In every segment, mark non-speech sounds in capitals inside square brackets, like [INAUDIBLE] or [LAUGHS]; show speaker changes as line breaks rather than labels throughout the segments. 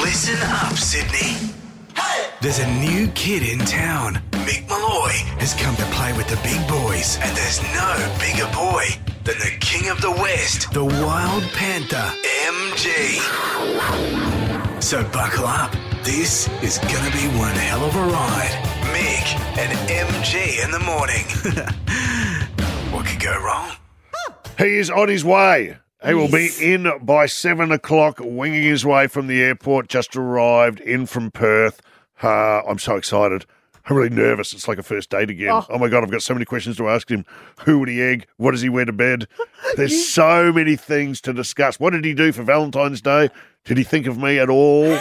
Listen up, Sydney. There's a new kid in town. Mick Malloy has come to play with the big boys, and there's no bigger boy than the King of the West, the Wild Panther, MG. So buckle up. This is gonna be one hell of a ride. Mick and MG in the morning. [LAUGHS] what could go wrong?
He is on his way. He will be in by seven o'clock, winging his way from the airport. Just arrived in from Perth. Uh, I'm so excited. I'm really nervous. It's like a first date again. Oh. my God, I've got so many questions to ask him. Who would he egg? What does he wear to bed? There's so many things to discuss. What did he do for Valentine's Day? Did he think of me at all?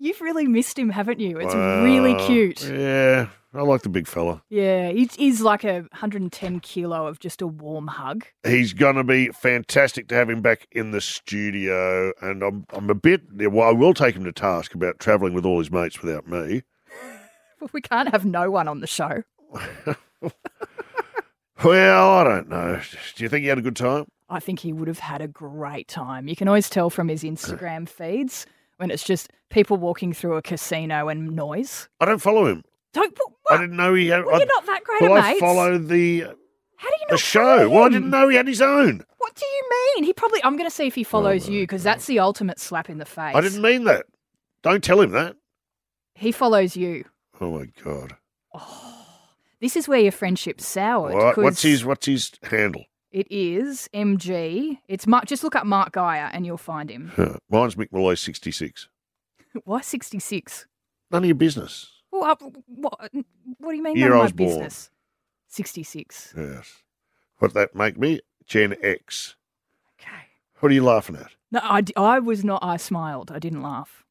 You've really missed him, haven't you? It's really
Uh,
cute.
Yeah, I like the big fella.
Yeah, it is like a 110 kilo of just a warm hug. [LAUGHS]
He's going to be fantastic to have him back in the studio. And I'm, I'm a bit, well, I will take him to task about travelling with all his mates without me.
We can't have no one on the show.
Well, I don't know. Do you think he had a good time?
I think he would have had a great time. You can always tell from his Instagram feeds when it's just people walking through a casino and noise.
I don't follow him.
Don't. What?
I didn't know he had.
Well,
I,
you're not that great
well,
at
I
mates.
follow the
How do you
the
not
show.
follow
Well, I
him?
didn't know he had his own.
What do you mean? He probably. I'm going to see if he follows you because that's the ultimate slap in the face.
Oh, I didn't mean that. Don't tell him that.
He follows you. Oh,
Oh my god.
This is where your friendship soured.
What, what's
'cause
his What's his handle?
It is MG. It's Mark. Just look up Mark Geyer and you'll
[LAUGHS]
find him.
Huh. Mine's Mick Malloy sixty six.
Why 66?
None of your business.
Well, I, what, what do you mean?
Year
none
I
of
was
my
born.
business. 66.
Yes. What that make me? Gen X.
Okay.
What are you laughing at?
No, I, d- I was not. I smiled. I didn't laugh.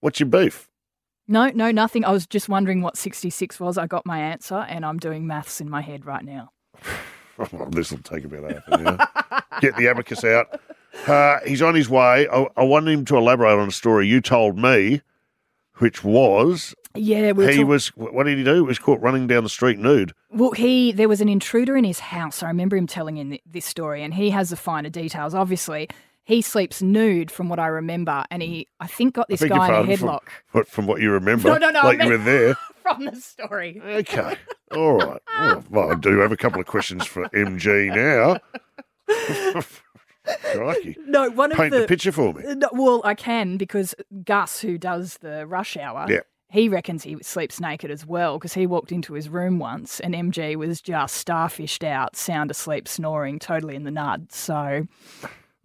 What's your beef? [LAUGHS]
No, no, nothing. I was just wondering what 66 was. I got my answer and I'm doing maths in my head right now.
Oh, this will take about half an hour. Get the abacus out. Uh, he's on his way. I, I want him to elaborate on a story you told me, which was
Yeah, we were
he
talk-
was. What did he do? He was caught running down the street nude.
Well, he there was an intruder in his house. I remember him telling in th- this story, and he has the finer details. Obviously, he sleeps nude, from what I remember, and he I think got this
Beg your
guy in a
pardon from-
headlock
What, from what you remember,
[LAUGHS] No, no, no, I
like you
meant-
were there.
[LAUGHS] from the story.
Okay, all right. Oh, well, I do have a couple of questions for MG now. [LAUGHS] Crikey.
No, one of
Paint the
the,
picture for me.
Uh, no, well, I can because Gus, who does the rush hour,
Yeah.
he reckons he sleeps naked as well because he walked into his room once and MG was just starfished out, sound asleep, snoring, totally in the nud. So,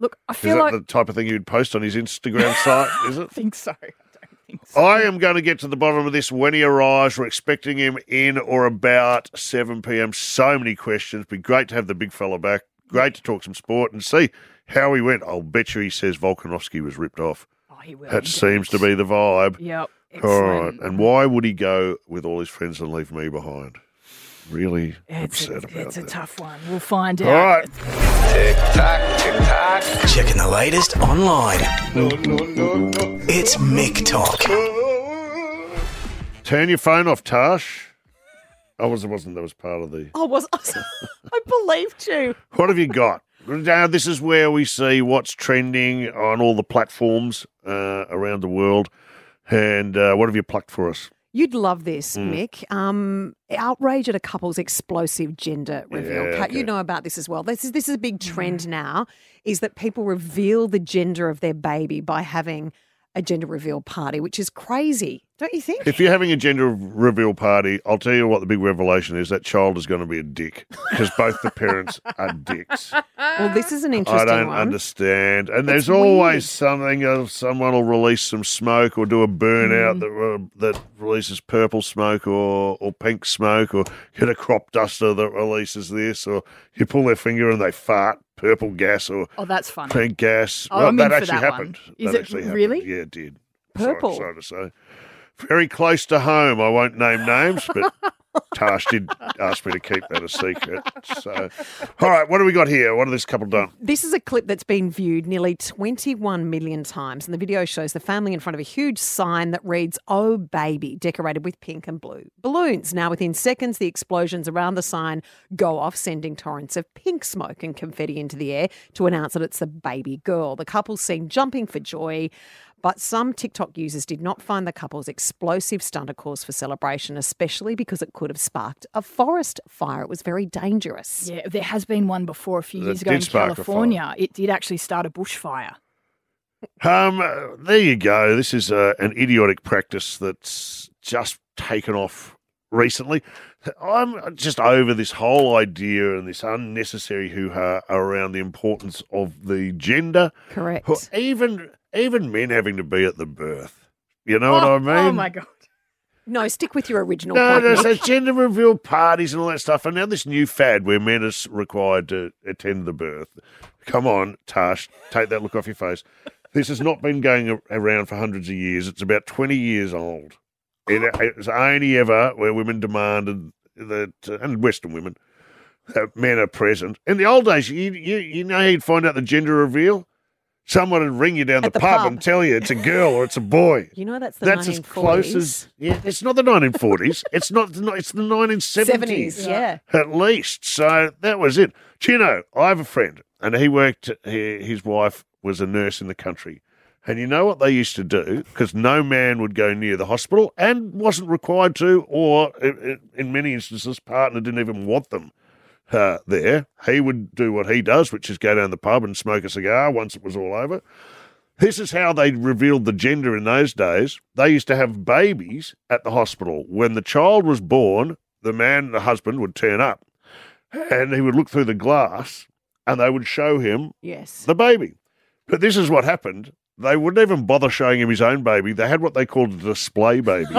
look, I
Is
feel
that
like
the type of thing you'd post on his Instagram site? Is it?
I think so. [LAUGHS] I don't think so.
I am going to get to the bottom of this when he arrives. We're expecting him in or about 7 p.m. So many questions. Be great to have the big fella back. Great to talk some sport and see how he went. I'll bet you he says Volkanovski was ripped off.
Oh, he will.
That
he
seems to be
definitely-
the vibe.
Yep.
All right.
excellent.
And why would he go with all his friends and leave me behind? Really
It's, a,
upset about
it's a
that.
tough one. We'll find out.
all right.
Checking the latest online. It's Mick Talk.
Turn your phone off, Tash. Oh, was it wasn't that was part of the
I was. [LAUGHS] I believed you.
What have you got? Now, this is where we see what's trending on all the platforms uh, around the world. And uh, what have you plucked for us?
You'd love this,
Hmm.
Mick. Um, outrage at a couple's explosive gender reveal.
Yeah,
Kat,
okay.
you know about this as well. This is this is a big trend now. Is that people reveal the gender of their baby by having a gender reveal party, which is crazy, don't you think?
If you're having a gender reveal party, I'll tell you what the big revelation is that child is going to be a dick because both the parents are dicks.
Uh,
well, this is an
I
interesting
don't
one.
understand. And
It's
there's always
weird.
something of someone will release some smoke or do a
Hmm.
burnout that uh, that releases purple smoke or or pink smoke or get a crop duster that releases this or you pull their finger and they fart purple gas or
Oh, that's funny.
pink gas.
Oh,
well,
I'm
that
in for
actually
that one.
happened.
Is
that
it
actually
really?
happened. Yeah, it did.
Purple?
Sorry, sorry to say. Very close to home. I won't name names,
[LAUGHS]
but Tash did ask me to keep that a secret. So, all right, what do we got here? What have this couple done?
This is a clip that's been viewed nearly 21 million times, and the video shows the family in front of a huge sign that reads, Oh Baby, decorated with pink and blue balloons. Now, within seconds, the explosions around the sign go off, sending torrents of pink smoke and confetti into the air to announce that it's the baby girl. The couple's seen jumping for joy, But some TikTok users did not find the couple's explosive stunt a cause for celebration, especially because it could have sparked a forest fire. It was very dangerous.
Yeah, there has been one before a few
That
years ago
did
in
spark a
California. It did actually start a bushfire.
Um, uh, there you go. This is uh, an idiotic practice that's just taken off recently. I'm just over this whole idea and this unnecessary hoo-ha around the importance of the gender.
Correct.
Who- Even even men having to be at the birth. You know what
oh,
I mean?
[LAUGHS] oh my god.
No, stick with your original
No,
point.
no,
Nick.
so gender reveal parties and all that stuff. And now this new fad where men are required to attend the birth. Come on, Tash, take that look off your face. This has not been going a- around for hundreds of years. It's about 20 years old. It, it's only ever where women demanded that, uh, and Western women, that men are present. In the old days, you, you, you know how you'd find out the gender reveal? Someone would ring you down
At
the,
the
pub,
pub.
and tell you it's a girl or it's a
[LAUGHS]
boy
You know that's the
that's as close
1940s.
as yeah, it's not the 1940s. it's not. the- It's the 1970s,
70s, yeah.
at least. So that was it. Do you know? I have a friend, and he worked. He, his wife was a nurse in the country, and you know what they used to do because no man would go near the hospital and wasn't required to, or i- i- in many instances, partner didn't even want them. Uh, there, he would do what he does, which is go down the pub and smoke a cigar once it was all over. This is how they revealed the gender in those days. They used to have babies at the hospital. When the child was born, the man, the husband, would turn up and he would look through the glass and they would show him
Yes.
the baby. But this is what happened. They wouldn't even bother showing him his own baby. They had what they called a display baby,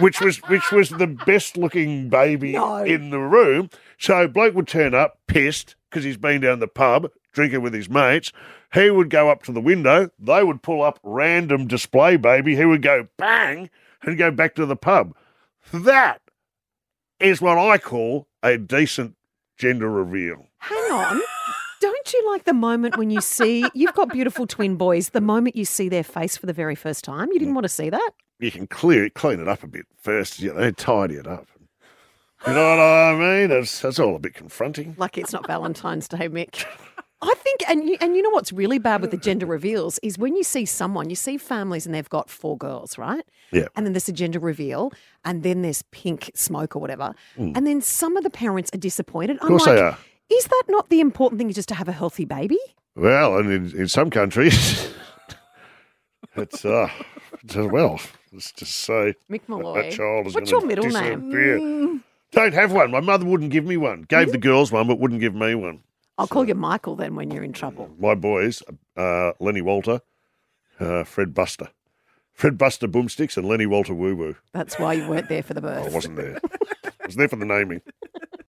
which was which was the best looking baby in the room. So bloke would turn up pissed because he's been down the pub drinking with his mates. He would go up to the window. They would pull up random display baby. He would go bang and go back to the pub. That is what I call a decent gender reveal.
Hang on. Don't you like the moment when you see you've got beautiful twin boys? The moment you see their face for the very first time, you
Mm.
didn't want to see that.
you can clear it, clean it up a bit first. You know, tidy it up. You know what I mean? That's that's all a bit confronting.
Lucky
[LAUGHS]
it's not Valentine's Day, Mick. I think, and you, and you know what's really bad with the gender reveals is when you see someone, you see families and they've got four girls, right?
Yeah.
And then there's a gender reveal, and then there's pink smoke or whatever, and then some of the parents are disappointed. Of
Hmm. course
I'm
they
like,
are.
Is that not the important thing? Just to have a healthy baby?
Well, and in, in some countries, [LAUGHS] it's uh, it's, uh, well, let's just say
Mick Malloy.
that child is
What's
gonna
your middle name? Mm.
disappear. Don't have one. My mother wouldn't give me one. Gave the girls one, but wouldn't give me one.
I'll call you Michael then when you're in trouble.
My boys, uh, Lenny Walter, uh, Fred Buster, Fred Buster Boomsticks, and Lenny Walter Woo Woo.
That's why you weren't there for the birth.
I
[LAUGHS]
wasn't there. I was there for the naming.